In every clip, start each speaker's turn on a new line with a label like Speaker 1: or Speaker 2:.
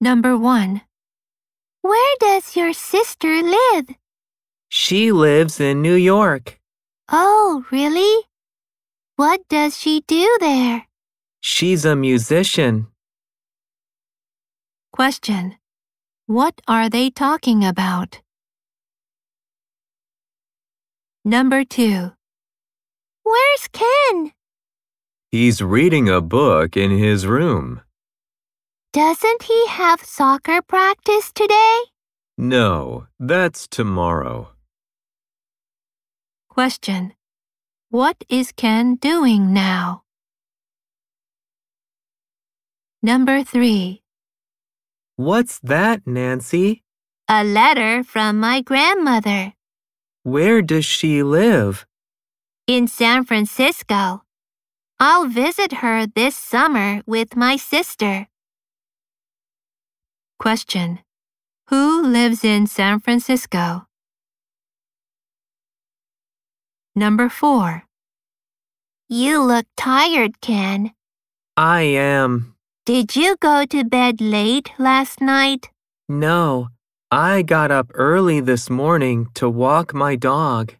Speaker 1: Number 1. Where does your sister live?
Speaker 2: She lives in New York.
Speaker 1: Oh, really? What does she do there?
Speaker 2: She's a musician.
Speaker 1: Question. What are they talking about? Number 2. Where's Ken?
Speaker 2: He's reading a book in his room.
Speaker 1: Doesn't he have soccer practice today?
Speaker 2: No, that's tomorrow.
Speaker 1: Question. What is Ken doing now? Number 3.
Speaker 2: What's that, Nancy?
Speaker 1: A letter from my grandmother
Speaker 2: Where does she live?
Speaker 1: in San Francisco. I'll visit her this summer with my sister. Question. Who lives in San Francisco? Number 4. You look tired, Ken.
Speaker 2: I am.
Speaker 1: Did you go to bed late last night?
Speaker 2: No, I got up early this morning to walk my dog.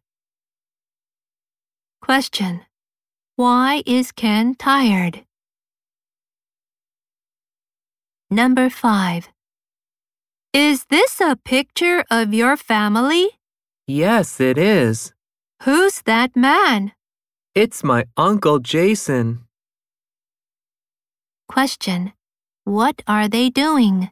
Speaker 1: Question. Why is Ken tired? Number 5. Is this a picture of your family?
Speaker 2: Yes, it is.
Speaker 1: Who's that man?
Speaker 2: It's my Uncle Jason.
Speaker 1: Question. What are they doing?